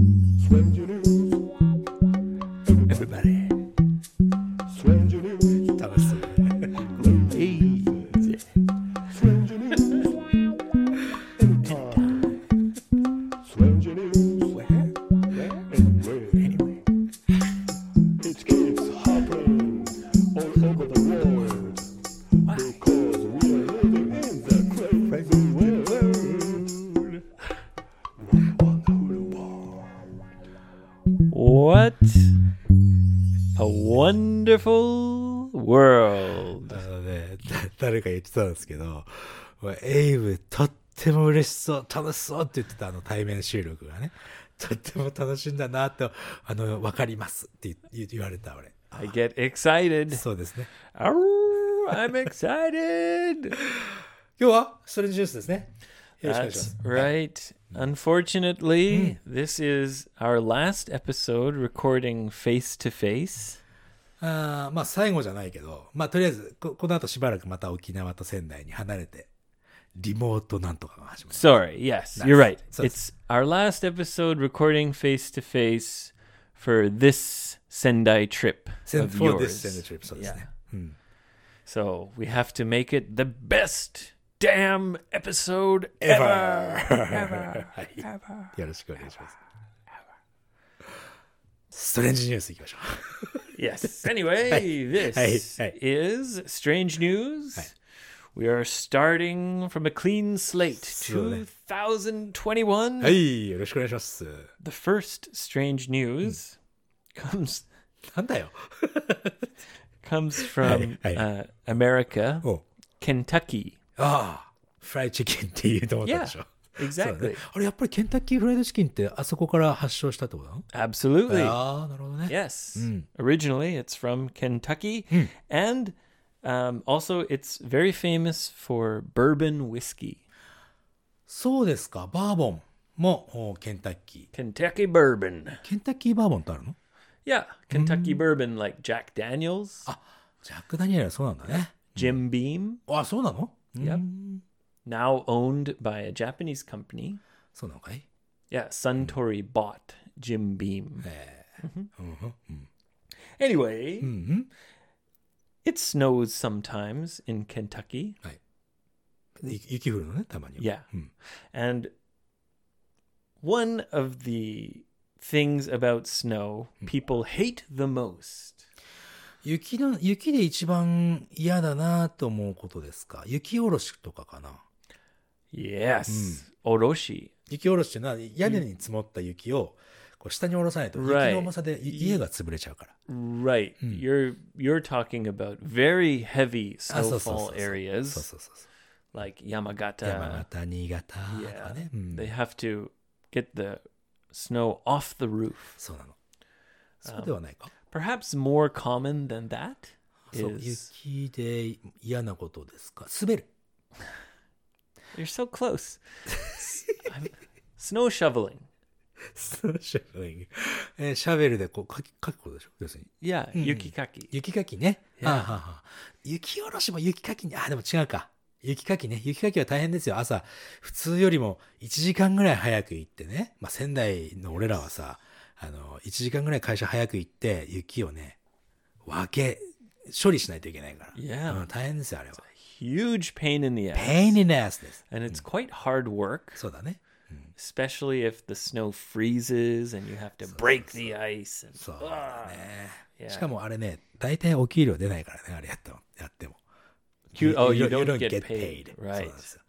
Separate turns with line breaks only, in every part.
Stranger news. Everybody. Stranger news.
楽しそう。
News.
えい。
Stranger news. Anytime. Stranger news. Anywhere.
Anyway.
It keeps happening all over the world because we are living in the crazy world. On the Hulu Bar.
What a wonderful world.
あのね、だ誰か言ってたんですけど、エイブとっても嬉しそう、楽しそうって言ってたあの対面収録がね、とっても楽しいんだなって、あの、わかりますって言言われた俺。
I get excited.
そうですね。
Arr, I'm excited.
今日はストレンジニュースですね。よろしくお願いしま
That's
す。
right. Unfortunately,
Hmm.
this is our last episode recording face to face.
あーまあ最後じゃないけど、まあとりあえずこ、この後しばらくまた沖縄と仙台に離れて、リモートなんとかが始まる。
Sorry. Yes, you're right.
So-
it's our last episode recording face to face for this Sendai trip
仙
of
台 for this
yours.
Sendai trip そうですね。
So we have to make it the best damn episode ever.
はい。よろしくお願いします。ストレンジニュースいきましょう。
Yes. Anyway, this
hey.
is Strange News. We are starting from a clean slate.
So-
2021.
はい、よろしくお願いします。
The first Strange News
Hmm.
comes
なんだよ。
comes from
Hey, hey.
Uh, America,
おう
Kentucky.
ああ、フライチキンって言うと思ったでしょ。そうだ
Exactly.
ねあれ、やっぱりケンタッキーフライドチキンってあそこから発祥したってことなの
Absolutely.
ああ、なるほどね。
Yes. Originally, it's from Kentucky. And um, also, it's very famous for bourbon whiskey.
そうですか、バーボンもおうケンタッキー。
Kentucky bourbon.
ケンタッキーバーボンってあるの
Yeah. Kentucky bourbon, like Jack Daniels,
ジャック・ダニエルはそうなんだね。
Jim Beam,
あ、そうなの
Yep. now owned by a Japanese company.
そうなのかい
Yeah. Suntory bought Jim Beam.
Mm.
Mhm. Anyway,
うんうん。
it snows sometimes in Kentucky.
はい。ゆ雪降るのね、たまには。
Yeah.
うん
And one of the things about snow people hate the most.
雪の、雪で一番嫌だなと思うことですか雪下ろしとかかな
Yes. Oroshi.
雪下ろしっていうのは屋根に積もった雪をこう下に下ろさないと雪
Right.
の重さでい家が潰れちゃうから。
Right. You're you're talking about very heavy
あそうそうそう
snowfall
そうそう
areas
そうそうそう。
like Yamagata.
山形、新潟とか
Yeah.
ね。うん
They have to get the snow off the roof.
そうなの。そうではないか。
Perhaps more common than that
そう。
is
雪で嫌なことですか滑 る。
you're so close. S- I'm- snow shoveling.
シャベリング。えーシャベルでこうかき、かきことでしょ要するに。
Yeah, yukikaki.
雪かきね。ああはあはあ雪下ろしも雪かきに、あ、でも違うか。雪かきね。雪かきは大変ですよ。朝、普通よりも1時間ぐらい早く行ってね。まあ、仙台の俺らはさ、あの、1時間ぐらい会社早く行って、雪をね、分け、処理しないといけないから。
Yeah.
うん、大変ですよ、あれは。
huge pain Hmm. in the ass.
pain in the ass です。
And it's quite hard work,
そうだね。
especially if the snow freezes and you have to break the ice. And,
そう
Ah,
だね。
yeah.
しかもあれね、大体お給料出ないからね、あれやったのやっても。
You- oh, you don't get paid.
そ
Right.
うなんですよ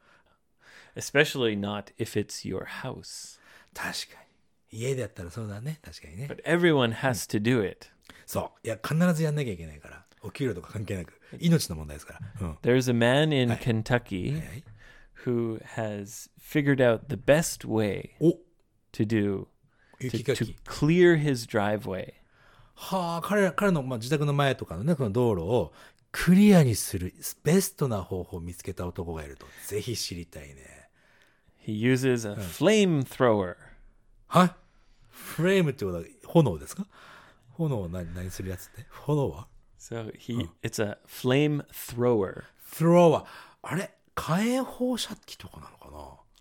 especially not if it's your house.
確かに。家でやったらそうだね。確かにね。
But everyone has to do it.
そう。いや、必ずやんなきゃいけないから。お給料とか関係なく。命の問題ですから。うん。
There's a man in Kentucky
はい
who has figured out the best way
お
to do
雪
to,
か
to
き。
clear his driveway.
はあ、彼ら、彼の、まあ、自宅の前とかのね、この道路をクリアにする、ベストな方法を見つけた男がいると、ぜひ知りたいね。
He uses a flamethrower.
はいフレームってことは、炎ですか炎を何、何するやつって炎は
So he it's a flamethrower.
スローは、あれ火炎放射器とかなのか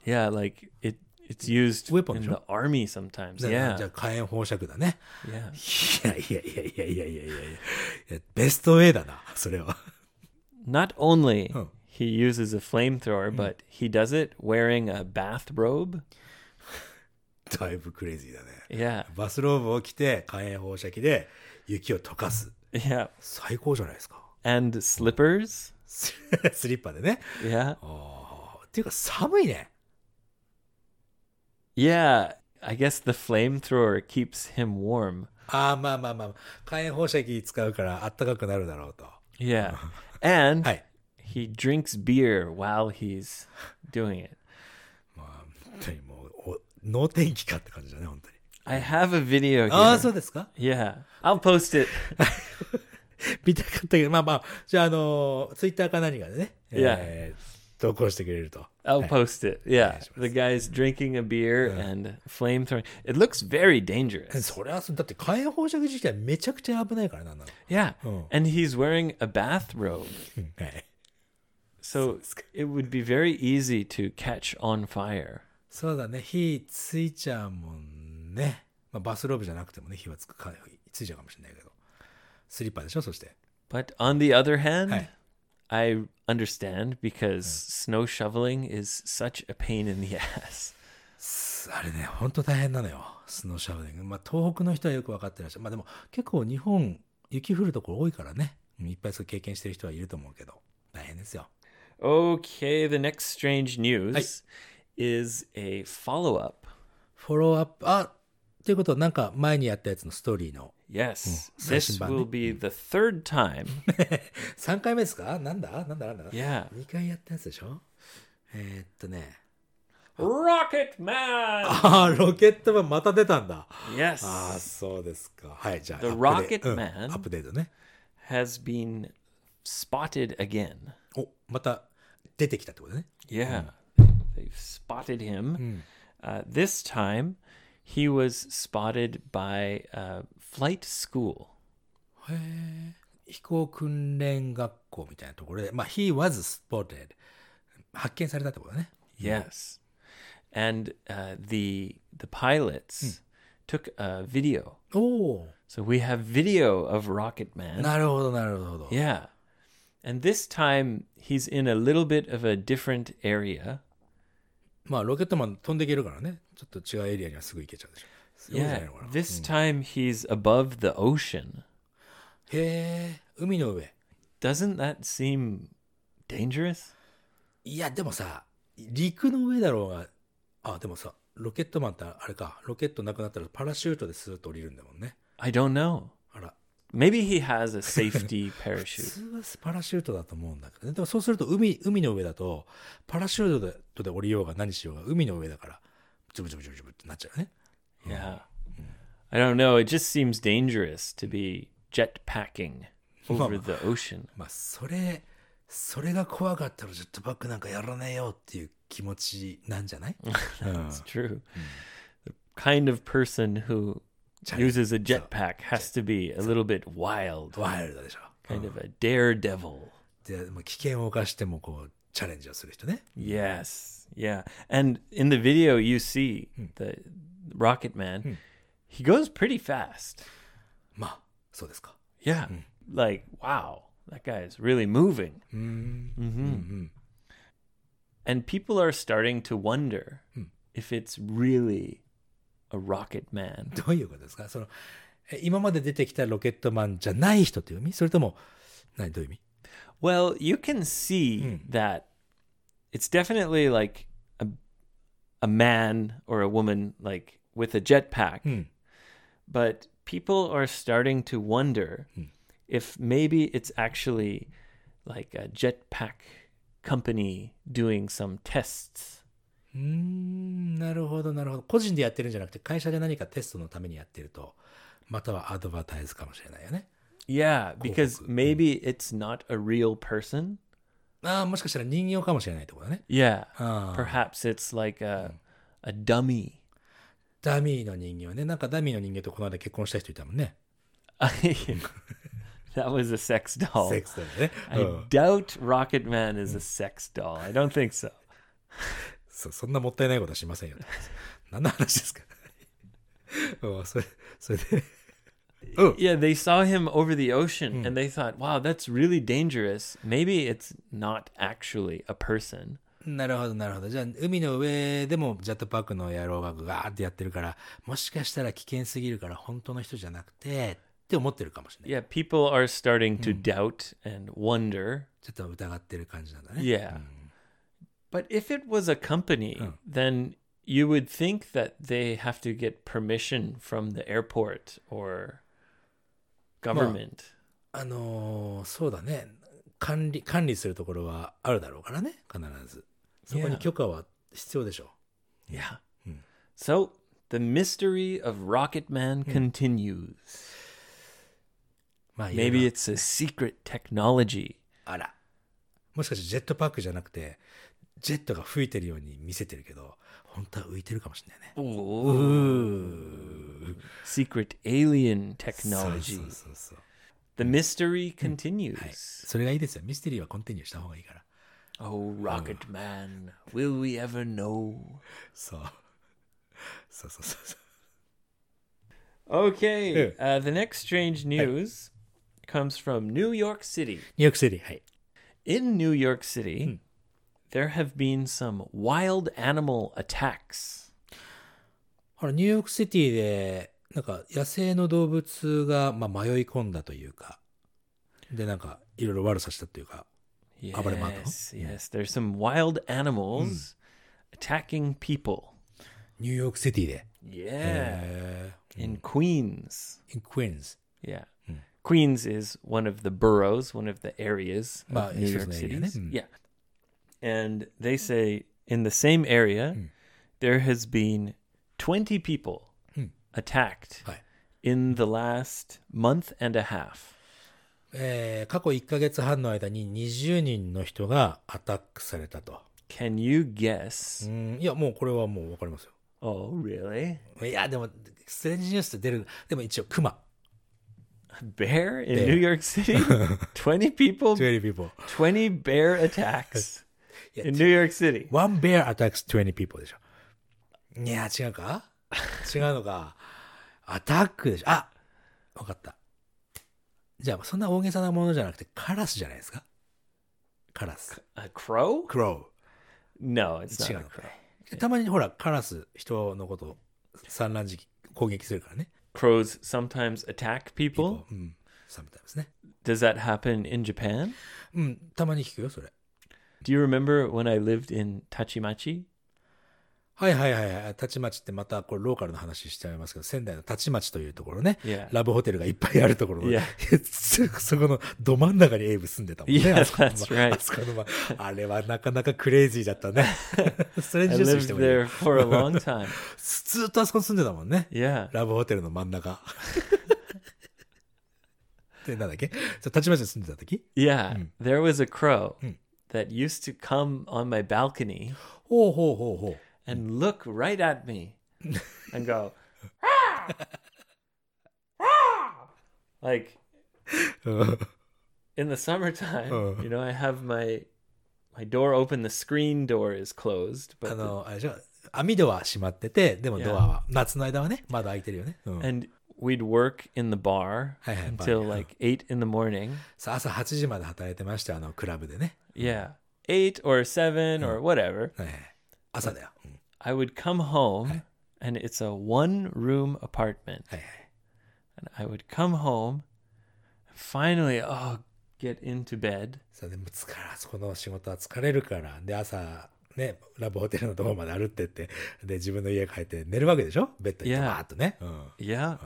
な
Yeah, like it It's used
ウェポンで
in
しょ
the army sometimes.
じゃあ、じゃ
Yeah.
あ火炎放射器だね。
Yeah.
いやいやいやいやいやいやいやいやベストウェイだな、それは。
Not only
Oh.
he uses a flamethrower, but he does it wearing a bathrobe.
だいぶクレイジーだね。
Yeah.
バスローブを着て火炎放射器で雪を溶かす。
Yeah.
最高じゃないですか。
And slippers.
ススリッパでね。
Yeah.
あーっていうか寒いね。
Yeah. I guess the flamethrower keeps him warm.
ああ、まあまあまあ。火炎放射器使うからあったかくなるだろうと。
Yeah. And
はい。
he drinks beer while he's doing it.
まあ、本当にもう、お能天気かって感じだね、本当に。
I have a video here.
ああ、そうですか
Yeah. I'll post it.
見たかったけど、まあまあ、じゃあ、あの、ツイッターか何かでね、えー投稿してくれると。
I'll
はい
post it. Yeah. The guy's drinking a beer and flamethrowing. It looks very dangerous.
それは、だって火炎放射器自体めちゃくちゃ危ないからなんなの。
Yeah.
Oh.
And he's wearing a bathrobe.
はい。
So it would be very easy to catch on fire.
そうだね、火ついちゃうもんね。まあ、バスローブじゃなくてもね、火はつくか、ついちゃうかもしれないけど。スリッパでしょ、そして。
But on the other hand,
Hi.
I understand because snow shoveling is such a pain in the ass.
あれね、ほんと大変なのよ。スノーシャブリング。まあ、東北の人はよく分かってらっしゃる。まあ、でも、結構日本、雪降るところ多いからね。うんいっぱいそう経験してる人はいると思うけど、大変ですよ。
Okay, the next strange news is a follow up.
フォローアップ、あということは、なんか前にやったやつのストーリーの。
Yes,
Mm.
this
Session
will
button.
be the third time.
3回目ですかなんだなんだなんだ
Yeah.
?2 回やったやつでしょえーっとね。
Rocket Man!
ああ、ロケットマンまた出たんだ。ああ、
Yes,
そうですか。はい、じゃあ、
The
アップデ
Rocket
うん
Man
アップデートね。
has been spotted again.
お、また出てきたってことね。
Yeah, Hmm. they've spotted him. Uh, this time, he was spotted by uh, flight school.
飛行訓練学校みたいなところで、まあ、he was spotted. 発見されたってことね。
Yes, and uh, the the pilots took a video.
おお
So we have video of Rocket Man.
ー。なるほど、なるほど。
Yeah. And this time he's in a little bit of a different area.
まあ、ロケットマン飛んでいけるからね。ちょっと違うエリアにはすぐ行けちゃうでしょ。そうじゃない
Yeah.
のかな。へ
This time he's above the ocean.
え、海の上。
Doesn't that seem dangerous?
いや、でもさ、陸の上だろうが、あ、でもさ、ロケットマンってあれか、ロケットなくなったらパラシュートでスーッと降りるんだもんね。
I don't know.
あら、
Maybe he has a safety
普
parachute.
通はパラシュートだと思うんだけどね。でもそうすると海、海の上だと、パラシュートでで降りようが何しようが海の上だから、ジュブジュブジュブジュブってなっちゃうね。
Yeah. I don't know. It just seems dangerous to be jetpacking over the ocean.
まあ、それ、それが怖かったらジェットバックなんかやらねえよっていう気持ちなんじゃない
It's true. The kind of person who uses a jetpack has to be a little bit wild.
ワイルドでしょ。
kind of a daredevil.
で、もう危険を冒してもこう、チャレンジをする人ね。
Yes. Yeah. And in the video, you see the Rocket Man. He goes pretty fast.
まあ、そうですか。
Yeah. Like, wow, that guy is really moving. Mm-hmm.
うん。
And people are starting to wonder if it's really a Rocket Man.
どういうことですかその、え今まで出てきたロケットマンじゃない人という意味それとも、何、どういう意味
Well, you can see that it's definitely like a, a man or a woman, like with a jetpack. But people are starting to wonder if maybe it's actually like a jetpack company doing some tests.
うーんなるほどなるほど個人でやってるんじゃなくて会社で何かテストのためにやってるとまたはアドバタイズかもしれないよね
Yeah, because maybe Hmm. it's not a real person.
ああもしかしたら人形かもしれないってことだね
Yeah. Hmm.
Ah.
Perhaps it's like a a dummy.
ダミーの人形ねなんかダミーの人形とこの間結婚した人いたもんね
that was a sex doll.
セックスだよね、
I doubt Rocket Man is a sex doll. I don't think so.
そそんなもったいないことはしませんよ。 何の話ですか うんそれ、それで、うん。
Yeah, they saw him over the ocean and they thought, wow, that's really dangerous. Maybe it's not actually a person.
なるほど、なるほど。じゃあ、海の上でもジャットパックの野郎がガーってやってるから、もしかしたら危険すぎるから本当の人じゃなくて、って思ってるかもしれな
Yeah,
い。
people are starting to doubt and wonder.
ちょっと疑ってる感じなんだね。
Yeah. But if it was a company, then you would think that they have to get permission from the airport or government.
あのーそうだね。管理、管理するところはあるだろうからね、必ず。そこに許可は必要でしょう。
yeah. So the mystery of Rocket Man continues.
まあ、いろいろ
Maybe it's a secret technology.
あら。もしかしてジェットパックじゃなくて、ジェットが吹いてるように見せてるけど、本当は浮いてるかもしれないね。
Secret alien
そう
technology.
そうそうそう。
The mystery continues.
それがいいですよ。ミステリーはコンティニューした方がいいから。
Oh, Rocket Man, will we ever know?
そう。そうそうそうそう。
Okay, uh, the next strange news comes from New York City.
ニューヨークシティ、はい。
In New York City, there have been some wild animal attacks.
ほら、ニューヨークシティで、なんか野生の動物が、まあ、迷い込んだというか、で、なんか、いろいろ悪さしたというか、Abonnement, hein?
Yes, yes, there's some wild animals attacking people.
ニューヨークシティで、
Yeah,
え
in Queens.
ー、in Queens。
Mm. Yeah. Queens is one of the boroughs, one of the areas of
Bah,
New
it's
York
just an
City.
area, isn't it?
Yeah. And they say in the same area, there has been 20 people attacked
はい。
in the last month and a half.
えー過去1ヶ月半の間に20人の人がアタックされたと。
Can you guess?
うん、いや、もうこれはもうわかりますよ。
Oh, really?
いや、でも、ストレンジニュースって出る。でも一応、クマ。
A bear in New York City? 20 people,
20 people.
20 bear attacks in New York City.
One bear attacks 20 people でしょ。いや、違うか違うのか。アタックでしょ。あわかった。じゃあ、そんな大げさなものじゃなくて、カラスじゃないですかカラス。
A crow?
クロ
No, it's not a
ウ。違う
crow.
のか。たまにほら、カラス、人のことを産卵時期攻撃するからね。
crows sometimes attack people.
うん。サムタイムですね。
Does that happen in Japan?
うん、たまに聞くよ、それ。
Do you remember when I lived in Tachimachi?
はいはいはいはい。立ち町ってまた、これローカルの話しちゃいますけど、仙台の立ち町というところね。
Yeah.
ラブホテルがいっぱいあるところの
Yeah.
そ そこのど真ん中にエイブ住んでたもんね。
Yeah,
あそこの
that's right.
あそこのまあれはなかなかクレイジーだっ たね。それ
I
にジュースにし
lived
てもいいよ
there for a long time.
ずずっとあそこに住んでたもんね。
Yeah.
ラブホテルの真ん中。 で、なんだっけそう立ち町に住んでた時
Yeah. There was a crow that used to come on my balcony
ほうほうほうほう。
and look right at me and go, like in the summertime,
Uh.
you know, I have my my door open, the screen door is closed,
あ
but the
の、あれじゃ網戸は閉まってて、でもドアは、夏の間はね、窓開いてるよね。うん、
and we'd work in the bar
Hey, hey,
until
bar, yeah.
like eight in the morning.
さあ朝8時まで働いてましたよあの、クラブでね。
Yeah, eight or seven or whatever.
はいはい朝だよ。うん
I would come home, and it's a one-room apartment.
はいはい
And I would come home, and finally, oh, get into bed.
さあでも疲れ、あそこの仕事は疲れるから。で、朝、ね、ラブホテルのとこまで歩ってって、で、自分の家帰って寝るわけでしょベッドに
Yeah.
バーっとね。うん。は
Yeah,
い。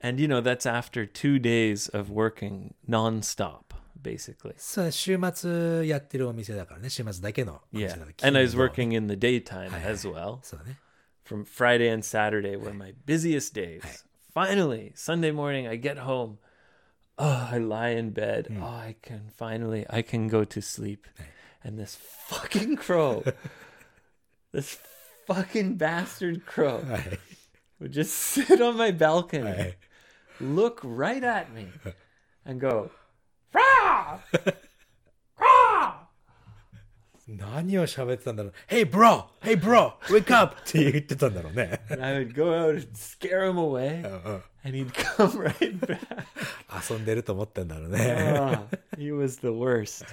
and you know that's after two days of working nonstop, basically.
そう週末やってるお店だからね、週末だけのお店
Yeah,
だから。
and I was
金
working
曜
in the daytime
Hey,
as
hey.
well.
そうだね。
from Friday and Saturday were my busiest days. Finally, Sunday morning, I get home. Oh, I lie in bed. Oh, I can finally, I can go to sleep. And this fucking crow, this fucking bastard crow,
はい。
would just sit on my balcony,
はい。
look right at me, and go, "Rah! Rah!"
何を喋ってたんだろう。Hey bro! Hey bro! Wake up! って言ってたんだろうね。
And I would go out and scare him away,
うんうん
and he'd come right back.
遊んでると思ってんだろうね。
Ah, he was the worst.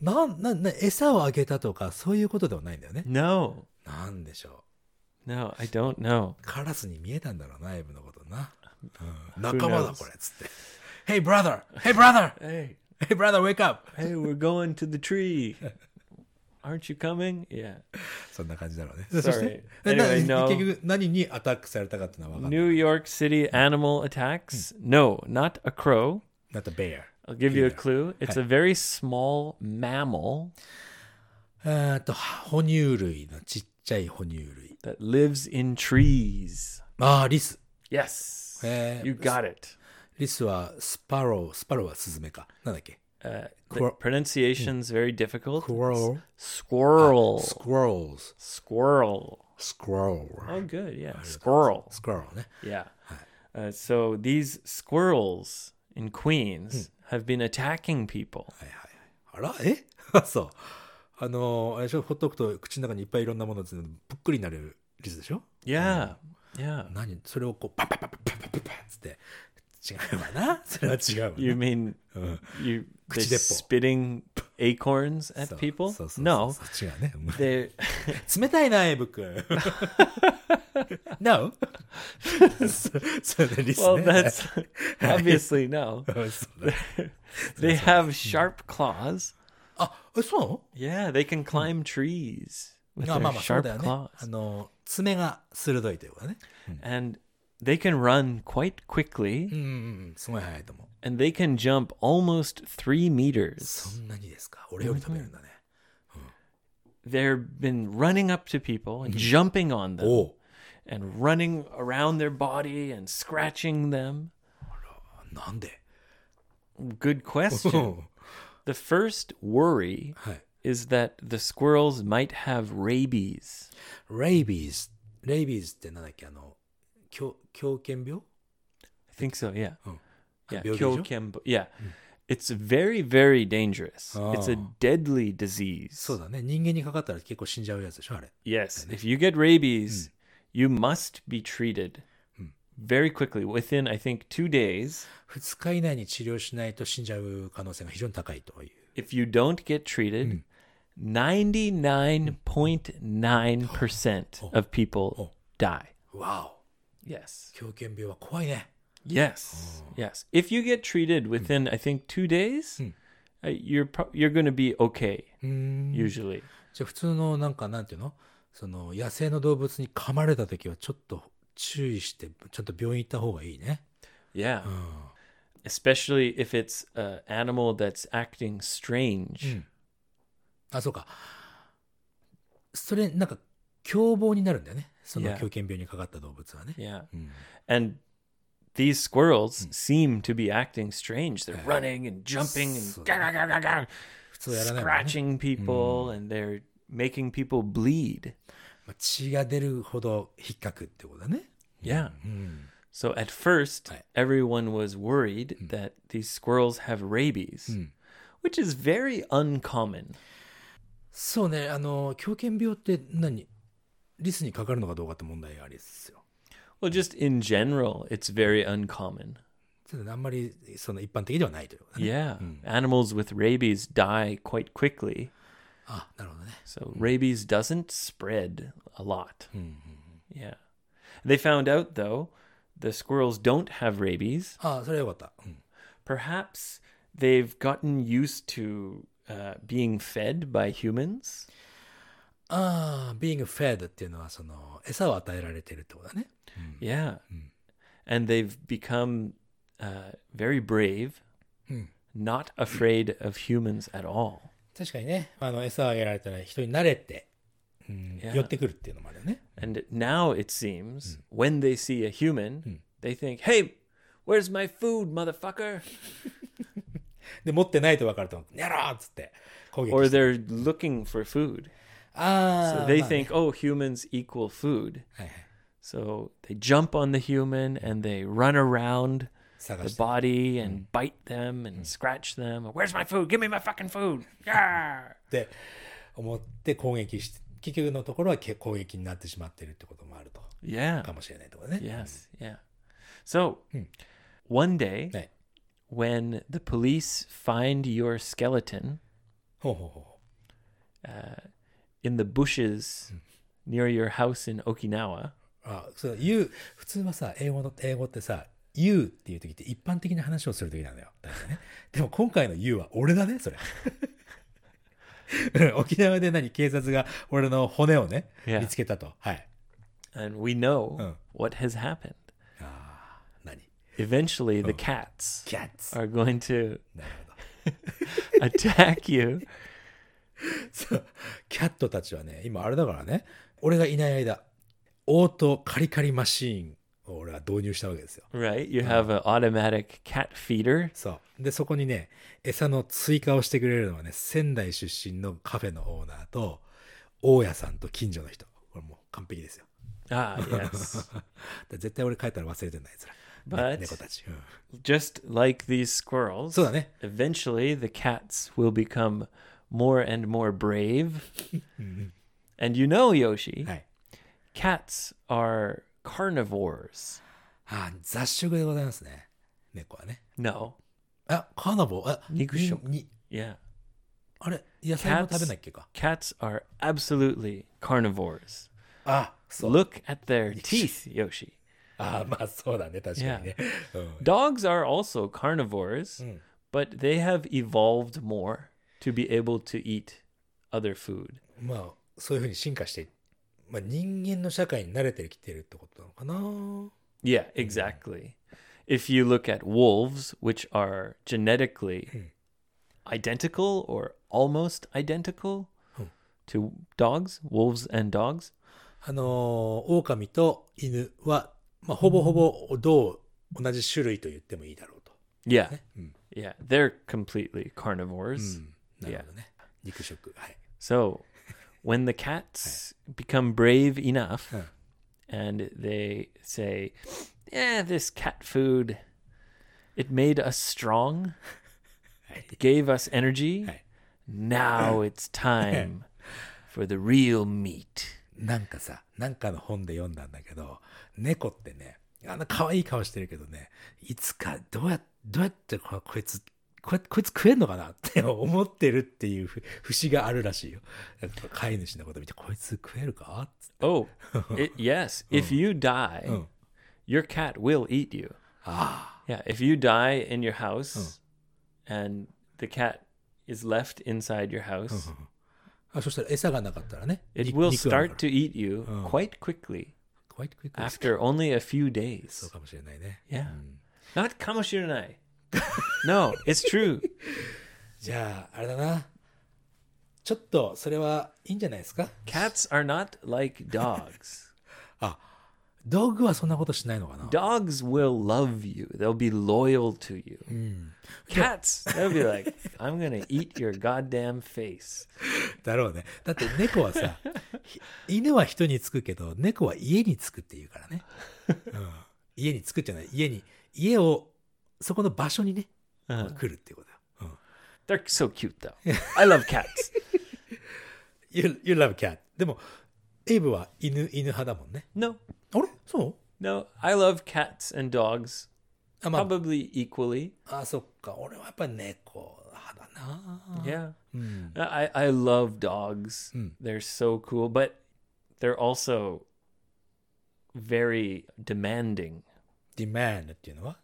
なん、なん、な餌をあげたとか、そういうことではないんだよね。
No,
なんでしょ
no, I don't know.
う。カラスに見えたんだろうな、エブのことな。うん仲間だ、これ、つって。Hey brother! Hey brother!
Hey,
Hey brother, wake up!
hey, we're going to the tree. Aren't you coming? Yeah.
そんな感じだろうね。そして
Sorry.
えな
Anyway, no.
結局、何にアタックされたかってのは分かんない。
New York City animal attacks? No, not a crow.
Not a bear.
I'll give you a clue. It's a very small mammal
えーっと、哺乳類のちっちゃい哺乳類。
that lives in trees.
ああ、リス。
Yes.
Eh,
You got it.
リスはスパロー、スパローはスズメか。なんだっけ
Uh, the
Quir-
pronunciation's very difficult.
Squirrel. Uh,
Squirrel.
Squirrels.
Squirrel.
Squirrel.
Oh, good. Yeah. Squirrel.
Squirrel ね。
Yeah. Uh, so these squirrels in Queens have been attacking people.
はいはいはい。あらえそう。あのー、あれでしょ、ほっとくと口の中にいっぱいいろんなものつぷっくりになるリスでしょ
Yeah. Yeah.
何それをこう、パンパンパンパンパンパンパンつって。違うわな。それは違うわな
You mean you they're
Kuchideppo.
spitting acorns at
そう
people?
そうそうそう
No,
そう違うね。
they
冷たいな、エブ君。no? そそうね、リスね。
well that's obviously no.
そうだそ
They
う
have sharp claws.
あ、えそうなの
Yeah, they can climb trees with
あま
their
あまあそう
sharp
だよね。あ
claws,
の爪が鋭いというかね。
and they can run quite
う
quickly,
んうんうん、すごい速いと思う。
and they can jump almost three meters.
そんなにですか。俺より飛べるんだね。
They've been running up to people and jumping on them.
おう
and running around their body and scratching them?
なんで
Good
う
question.
ん
the first worry
はい。
is that the squirrels might have rabies.
レイビーズ。レイビーズってなんだっけあの、狂狂犬病
I think so, yeah.
Oh.
Yeah,
Bill Gates?
Kyokembo- Yeah. It's very, very dangerous. It's a
Oh.
deadly disease.
そうだね。人間にかかったら結構死んじゃうやつでしょあれ。
Yes. If you get rabies,
Hmm.
you must be treated very quickly within, I think, two days.
2日以内に治療しないと死んじゃう可能性が非常に高いという。
If you don't get
Hmm.
treated, 99.9% of people
Oh.
die.
わお。
Yes.
狂犬病は怖いね。
Yes. Yes. If you get treated within, I think, two days, uh, you're pro- you're going to be okay. Usually,
じゃあ普通のなんかなんていうのその野生の動物に噛まれた時はちょっと注意してちゃんと病院行った方がいいね。
yeah. Oh. Especially if it's an animal that's acting strange.
あそうか。それなんか凶暴になるんだよね。その
Yeah.
狂犬病にかかった動物はね。
Yeah. And these squirrels seem to be acting strange. They're running and jumping and
So-
gar, gar, gar, gar, gar,
普通はやらないもんね、
scratching people and they're making people bleed.
まあ血が出るほど引っかくってことだね。
Yeah. So at first,
Right.
everyone was worried that these squirrels have rabies, which is very uncommon.
そうね。あの狂犬病って何リスにかかるのかどうかって問題がありですよ。
Well, just in general, it's very uncommon.
ちょっとあんまりその一般的ではないということね。
Yeah. Animals with rabies die quite quickly.
あなるほどね。
So rabies doesn't spread a lot. Yeah. They found out, though, the squirrels don't have rabies.
あそれはよかった。うん
Perhaps they've gotten used to uh, being fed by humans.
ああ、being fed っていうのはその餌を与えられてるってことだね。
Yeah. And they've become uh, very brave, not afraid of humans at all.
確かにね、あの餌をあげられたら人に慣れて、うん、
Yeah.
寄ってくるっていうのもあるよね。
And now it seems when they see a human, they think, hey, where's my food, motherfucker?
で、持ってないと分かると、やろーっつって攻撃
Or
して。
they're looking for food.
あ
So
あ、
they
まあね
think, oh, humans equal food.
はいはい、
So they jump on the human and they run around
探
the
して。
body and bite them and scratch them. Where's my food? Give me my fucking food. Yeah.
で、思って攻撃して、結局のところはけ攻撃になってしまっているってこともあると。
Yeah.
かもしれないってことね。
Yes. Yeah. So
Hmm.
one day
はい。
when the police find your skeleton
ほうほうほうほ
in the
Hmm.
bushes near your house in Okinawa,
う。あ、そう、you、普通はさ、英語の、英語ってさ、you っていう時って一般的な話をする時なんだよ。だからね。 でも今回の you は俺だね、それ。 うん沖縄で何警察が俺の骨をね、
Yeah.
見つけたと。はい。
and we know
Oh.
what has happened.
何
Eventually, the cats
Oh. ?cats!
are going to
なるほど。
attack you.
そう キャットたちはね、今あれだからね、俺がいない間、オートカリカリマシーンを俺は導入したわけですよ。
Right? You have an automatic cat feeder.
そう。で、そこにね、餌の追加をしてくれるのはね、仙台出身のカフェのオーナーと、大家さんと近所の人。これもう完璧ですよ。
Ah, yes.
で絶対俺帰ったら忘れてないやつら。ね
But
猫たち、うん。
just like these squirrels,
そうだね。
eventually the cats will become more and more brave. and you know, Yoshi,
はい。
cats are carnivores.
あ雑食でございますね。猫はね。
No.
あ、カーナボー、あ、
肉
に
食
に
Yeah.
あれ、野菜も食べなきゃいけないか。
Cats are absolutely carnivores.
あ、そう。
Look at their teeth, Yoshi.
あまあそうだね、確かにね。うん、
Dogs are also carnivores, but they have evolved more to be able to eat other food.
まあそういうふうに進化して、まあ、人間の社会に慣れてきてるってことなのかな
Yeah, exactly. If you look at wolves, which are genetically identical or almost identical to dogs, wolves and dogs,
あのー狼と犬は、まあ、ほぼほぼ同同じ種類と言ってもいいだろうと。
yeah, yeah, they're completely carnivores.
なるほどね。肉食。はい。
So, when the cats become brave enough and they say, Yeah, this cat food, it made us strong, it gave us energy.
Hey.
Now it's time for the real meat.
なんかさ、なんかの本で読んだんだけど、猫ってね、あの可愛い顔してるけどね、いつかどうや、どうやってここいつ、こいこいつ食えんのかなって 思ってるっていうふ節があるらしいよ。なんか飼い主のこと見て、こいつ食えるかつって
Oh, it, yes. If you die, your cat will eat you. Ah. Yeah. If you die in your house and the cat is left inside your house,
あ、そしたら餌がなかったらね。
It
肉
will
肉がな
start
かった
to eat you quite quickly
ら怖い怖い怖い
after only a few
そう
days.
かもしれないね。
Yeah. Not kamoshiranai. no, it's true.
じゃあ、あれだな。ちょっと、それはいいんじゃないですか
Cats are not like dogs.
道具はそんなことしないのかな
Dogs will love you. They'll be loyal to you. Cats, they'll be like, I'm going to eat your goddamn face.
だろうね。だって猫はさ、ひ犬は人につくけど、猫は家につくって言うからね。うん、家につくっていうのは家に、家を、そこの場所にね、来るっていうことよ。
They're so cute though. I love cats.
You, you love cat. でも、エイブは犬、犬派だもんね。
No,
あれそう
no, I love cats and dogs
あ、ま
probably equally.
あ、あ、そっか。俺はやっぱ猫派だな。
Yeah. Uh, I, I love dogs. They're so cool, but they're also very demanding.
demand っていうのは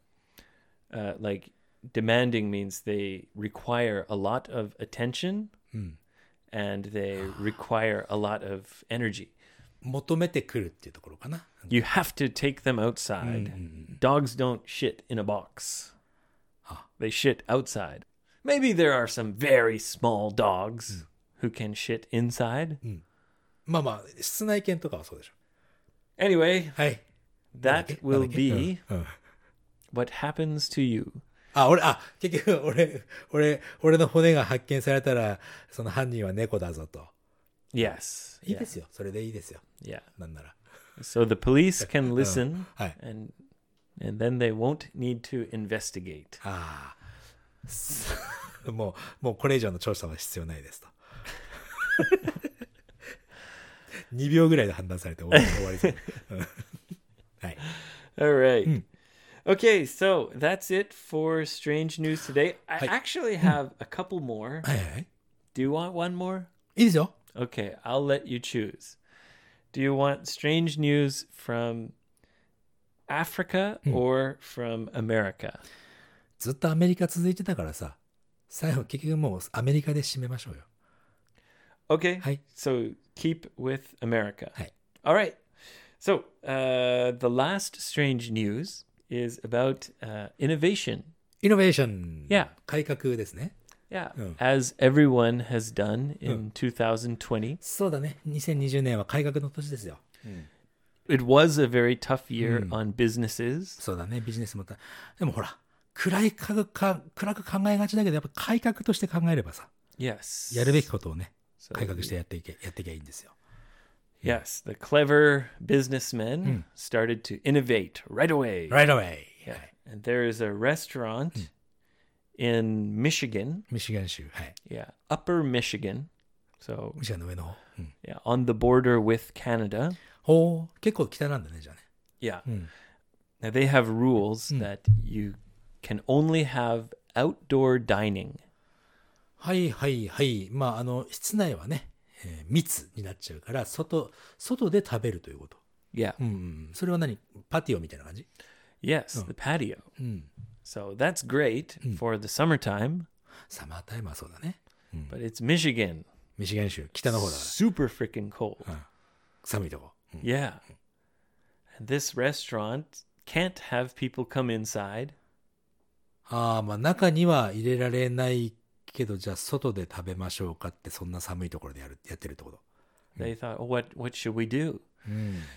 Uh, like, demanding means they require a lot of attention and they require a lot of energy.
求めてくるっていうところかな。
You have to take them outside. Dogs don't shit in a box, they shit outside. Maybe there are some very small dogs who can shit inside.
まあまあ、室内犬とかはそうでしょ。
Anyway,
はい。
That will
なんだっけ
be
うんうん
what happens to you.
あ、俺、あ、結局、 俺、俺、俺の骨が発見されたら、その犯人は猫だぞと。
Yes.
いい
Yeah.
ですよ。それでいいですよ。
yeah.
なんなら。
So the police can listen
はい。
and and then they won't need to investigate.
ああ。すもう、もうこれ以上の調査は必要ないですと。 2秒ぐらいで判断されて終わり終わりそう。うんはい。
All right. Okay, so that's it for strange news today. I actually have a couple more.
はいはいはい。
Do you want one more?
いいですよ。
Okay, I'll let you choose. Do you want strange news from Africa or from America?
ずっとアメリカ続いてたからさ、最後結局もうアメリカで締めましょうよ。
Okay.
Hi.
So keep with America.
Hi.
All right. So uh, the last strange news is about uh, innovation.
イノベーション。
Yeah.
改革ですね。
Yeah.
Oh.
As everyone has done in 2020,
そうだね。2020年は改革の年ですよ。
it was a very tough year on
Hmm.
businesses.
そうだね。ビジネスもた。でもほら、暗いかか、暗く考えがちだけど、やっぱ改革として考えればさ、
Yes.
やるべきことをね、
So-
改革してやっていけ、やっていけばいいんですよ。
Yes. The clever businessmen started to innovate right away.
Hmm. Right Hmm. away!
Yeah. And there is a restaurant in Michigan.
ミシガン州。はい。
Yeah. Upper Michigan. So
ミシガンの上の方。うん
Yeah, on the border with Canada.
ほう、結構北なんだね、じゃあね。
Yeah. Now they have rules that you can only have outdoor dining.
はいはいはい。まあ、あの、室内はね、えー密になっちゃうから、外、外で食べるということ。
Yeah.
うん。それは何パティオみたいな感じ
Hmm. Yes, the patio. So that's great for the summertime,
サマータイムはそうだね。
but it's Michigan.
ミシガン州、北の方だから。
Super freaking cold.
寒いとこ。
Yeah. And this restaurant can't have people come inside.
ああ、まあ中には入れられないけど、じゃあ外で食べましょうかって、そんな寒いところでやる、やってるってこと。
They thought, oh, what what should we do?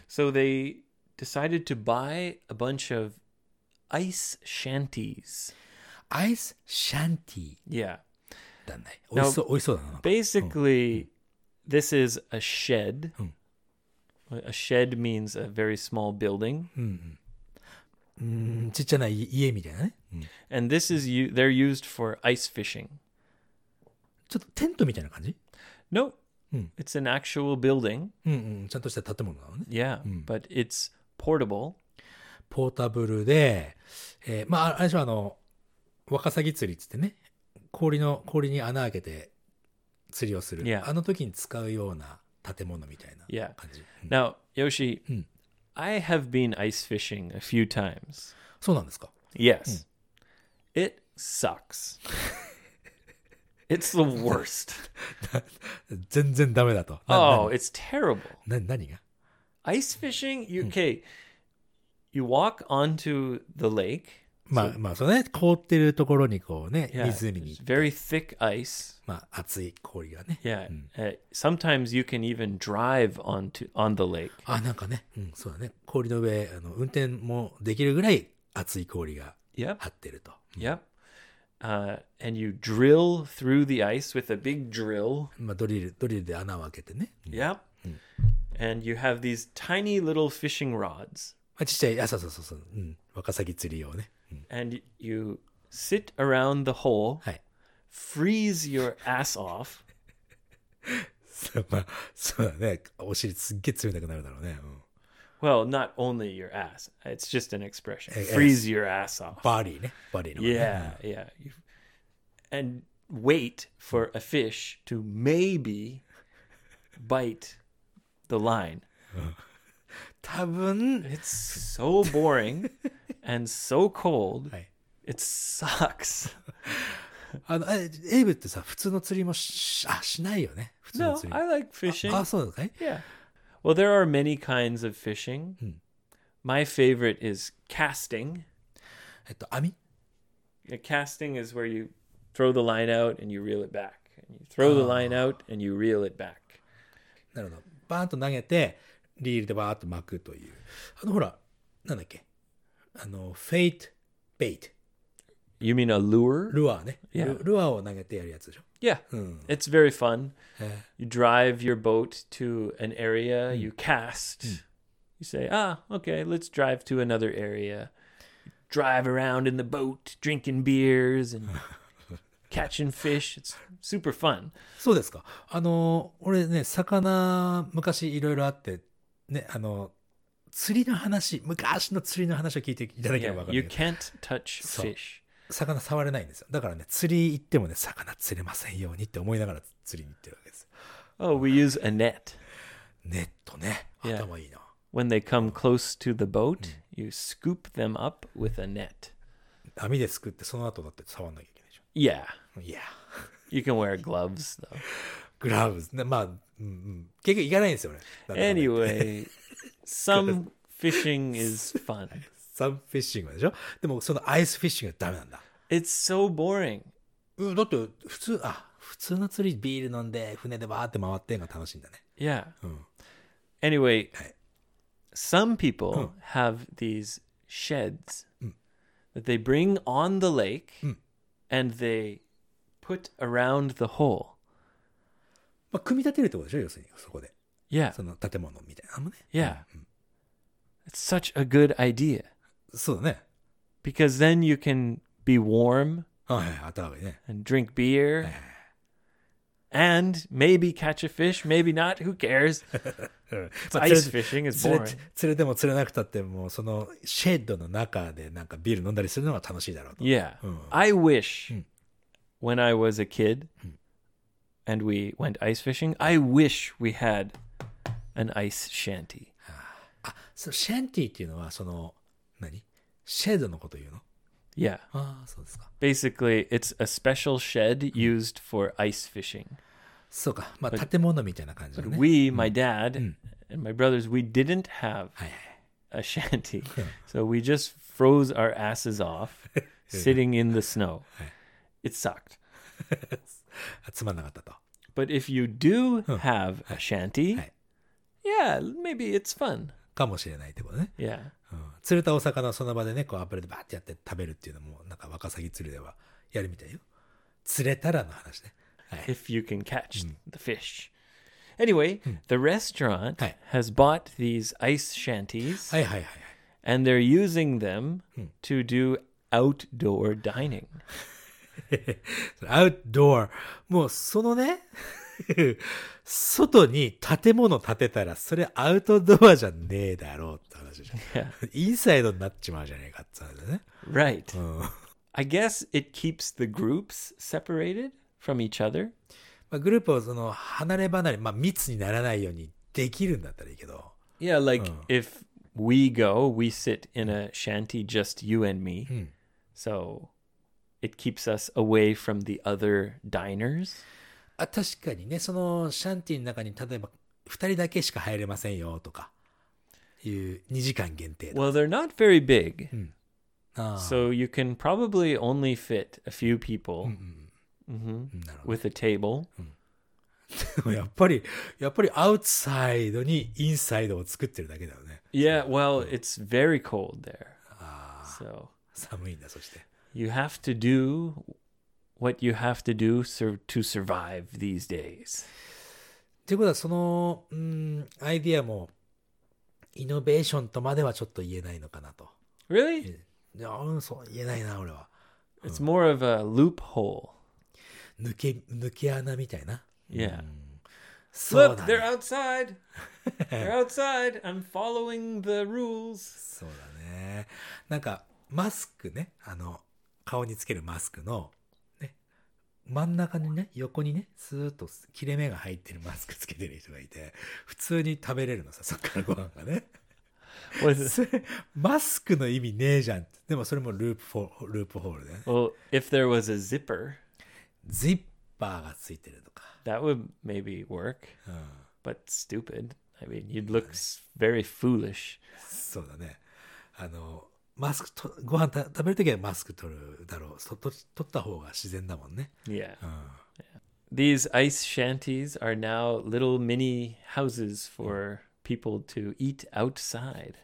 So they decided to buy a bunch of ice shanties.
アイスシャンティー
Yeah.
だね。美味しそう、美味しそうだな。なんか
basically this is a shed
Mm.
a shed means a very small building
うんちっちゃな家みたいなね。うん
and this is you they're used for ice fishing
ちょっとテントみたいな感じ
no
Mm.
it's an actual building
うんうん。ちゃんとした建物なのね。
yeah but it's portable
ポータブルで、えーまあ、あれでしょ、あの、ワカサギ釣りっつってね、氷の、氷に穴開けて釣りをする。
Yeah.
あの時に使うような建物みたいな
yeah
感じ。
now yoshi
Mm.
i have been ice fishing a few times
そうなんですか
yes Hmm. it sucks it's the worst
全然ダメだと。
oh it's terrible
な、な何が
ice fishing you okay you walk onto the lake
まあ、まあ、そうね、凍ってるところにこうね、
yeah,
湖に
it's、very thick ice
まあ、熱い氷がね。
yeah uh, sometimes you can even drive onto on the lake
あ、なんかね、うん、そうだね。氷の上、あの、運転もできるぐらい熱い氷が
yep
張ってると。
yep uh, and you drill through the ice with a big drill
まあ、ドリル、ドリルで穴を開けてね。
yep and you have these tiny little fishing rods
まあ、ちっちゃい、あ、そうそうそうそう、うん、ワカサギ釣り用ね。
and you sit around the hole
はい。
freeze your ass off
そうまあ、そうだね。お尻すっげえ冷たくなるだろうね。うん、
Well, not only your ass. It's just an expression.
Yes.
Freeze your ass off.
バーリーね。バーリーの、ね。
Yeah, yeah. You- And wait for a fish to maybe bite the line.
多分、
It's so boring and so cold.
はい。
It sucks.
あの、えエイブってさ、普通の釣りもし、あ、しないよね。普通の
No,
釣り。
I like fishing.
あ、そうなのかい
Yeah. Hmm. Well, there are many kinds of fishing. My favorite is casting.
えっと、網
A casting is where you throw the line out and you reel it back. And you throw the line out and you reel it back.
なるほど。バーンと投げて、リールでバーンと巻くという。あの、ほら、なんだっけ。あの、フェイト、ベイト。
You mean a lure? Hmm.
ルアーね。
Yeah.
ルルアーを投げてやるやつでしょ。
Yeah. It's very fun. You drive your boat to an area, you cast. You say, ah, okay, let's drive to another area. Drive around in the boat, drinking beers and catching fish. It's super fun.
そうですか。あの、俺ね、魚、昔いろいろあって、ね、あの、釣りの話、昔の釣りの話を聞いていただけれ
Yeah,
ばわか
you
るけど、
can't touch
So-
fish.
魚触れないんですよ。だからね、釣り行ってもね、魚釣れませんようにって思いながら釣りに行ってるわけです。
Oh, we use a net.
ネットね、
Yeah.
頭いいな。
When they come close to the boat, you scoop them up with a net.
網ですくって、その後だって触んなきゃいけないでし
Yeah.
ょ。いや、
You can wear gloves though.
グラブス、ね、まあ、うんうん、結局行かないんですよ、俺。
Anyway, some fishing is fun.
サンフィッシングでしょでもそのアイスフィッシングはダメなんだ。
It's so boring.
うん、だって普通、あ、普通の釣りビール飲んで船でバーって回ってんのが楽しいんだね。
Yeah.
Mm.
Anyway,
Right.
some people have these sheds that they bring on the lake and they put around the hole.
まあ、組み立てるってことでしょ要するにそこで。
Yeah.
その建物みたいなのもね。
Yeah. It's such a good idea
そうだね。
because then you can be warm
はいはい、あったわけね。
and drink beer and maybe catch a fish, maybe not, who cares?
ま
Ice fishing is
釣れ
boring.
釣れても釣れなくたってもうそのシェッドの中でなんかビール飲んだりするのが楽しいだろうと。
Yeah. I wish when I was a kid and we went ice fishing, I wish we had an ice shanty.
あ、そのシェンティっていうのはその、何シェードのこと言うの
Yeah.
ああ、そうですか。
Basically, it's a special shed used for ice fishing.
そうか。まあ建物みたいな感じだ
But
ね。
we, my dad, and my brothers, we didn't have
はいはい。
a shanty. so we just froze our asses off sitting in the snow. It sucked.
あつまんなかったと。
But if you do have a shanty,
Hey.
yeah, maybe it's fun.
かもしれないってことね。
Yeah.
うん、釣れたお魚をその場でね、こう油でバーってやって食べるっていうのも、なんかワカサギ釣りではやるみたいよ。釣れたらの話ね。はい。
if you can catch
Hmm.
the fish. Anyway, the restaurant
Hey.
has bought these ice shanties
はいはいはいはい。
and they're using them
Hmm.
to do outdoor dining.
それアウトドア。もうそのね、 外に建物建てたら、それアウトドアじゃねえだろうって話じゃん。インサイドになっちまうじゃねえかって話だね。
Right.
うん。ま
I guess it keeps the groups separated from each other.
あ、グループをその離れ離れ、まあ密にならないようにできるんだったらいいけど。
Yeah, like if we go, we sit in a shanty, just you and me. So it keeps us away from the other diners.
あ確かにねそのシャンティの中に例えば2人だけしか入れませんよとかいう2時間限定とか
Well, they're not very big.
ああ
So you can probably only fit a few people Mhm.
なるほ
with a Hmm. table.
ど やっぱりやっぱりアウトサイドにインサイドを作ってるだけだよね
Yeah, Hmm. Ah. well, it's very cold there. So
寒いんだそして
you have to do what you have to do sur- to survive these days.
ということはそのうんアイディアもイノベーションとまではちょっと言えないのかなと
Really?
いやうんそう言えないな俺は
It's more of a loophole.
抜け抜け穴みたいな
Yeah.
そう
Look,
だ
they're
ね
outside. they're outside. I'm following the rules.
そうだね。なんか、マスクね、あの、顔につけるマスクの、ね、真ん中にね、横にね、スーッと切れ目が入ってるマスクつけてる人がいて、普通に食べれるのさ、そっからご飯がね。
What is-
それ、マスクの意味ねえじゃんって。でもそれもループフォー、ループホールでね。
well, if there was a zipper,
ジッパーがついてるとか。
that would maybe work, but stupid. I mean, you'd look s- very foolish.
そうだね。あの、マスクと、ご飯た食べるときはマスク取るだろう。そと取った方が自然だもんね。
Yeah. Yeah. These ice shanties are now little mini houses for people to eat outside,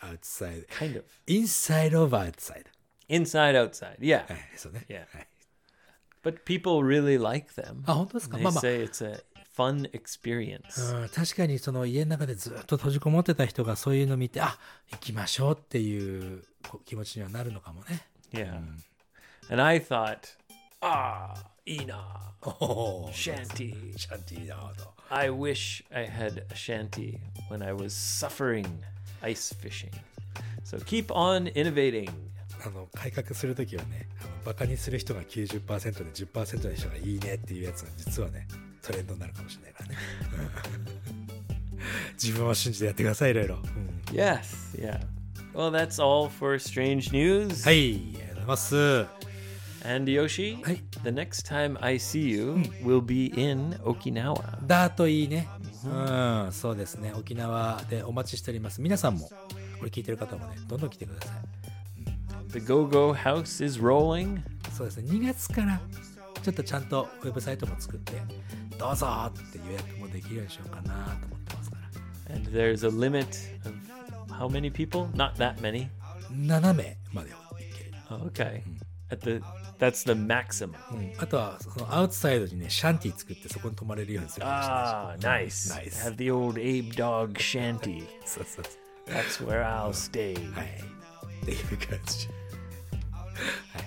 アウトサイド。
kind of.
インサイドオーバーアウトサイド。
Inside, outside. Yeah.
はい、そうね。
Yeah.
はい
But people really like them.
あ、本当ですか
They
まあま
say it's a fun experience.
あ。うん、確かにその家の中でずっと閉じこもってた人がそういうの見て、あ、行きましょうっていうこう気持ちにはなるのかもね。
Yeah. And I thought, Ah, Ina,
Oh, おー
shanty.
シャンティーだと。
I wish I had a shanty when I was suffering ice fishing. So keep on innovating.
あの改革するときはねあのバカにする人が90%で10%の人がいいねっていうやつが実はねトレンドになるかもしれないから ね自分を信じてやってくださいいろいろ、うん、
Yes, yeah. Well, that's all for strange news.
はいありがとうございます
And Yoshi,
Hey.
the next time I see you will be in Okinawa.
だといいねうんそうですね沖縄でお待ちしております皆さんもこれ聞いてる方もねどんどん来てください
The Go Go House is rolling.
そうですね2月からちょっとちゃんとウェブサイトも作ってどうぞって予約もできるようにしようかなと思ってますから
And there's a limit of how many people? Not that many.
7名まではいける
Oh, okay.
Hmm.
At the that's the maximum.
あとはそのアウトサイドにねシャンティ作ってそこに泊まれるようにするかもしれない
Ah, nice.
Nice.
Have the old Abe Dog shanty.
そうそうそ
That's where I'll stay.
うはいっていう感じはい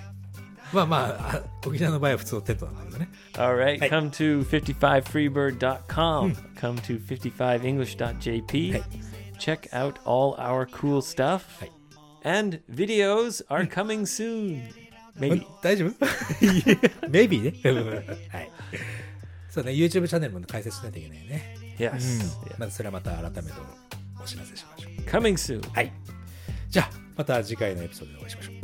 まあまああ沖縄の場合は普通のテントなんだけどね
All right, come to 55freebird.com. Come to 55english.jp. Check out all our cool stuff.
Hey.
And videos are coming soon.
うん
Maybe.
大丈夫 Maybe ねはいそうね YouTube チャンネルも解説しないといけないよね
Yes. Yeah.
まずそれはまた改めてお知らせしましょう
Coming soon.
はいじゃあまた次回のエピソードでお会いしましょう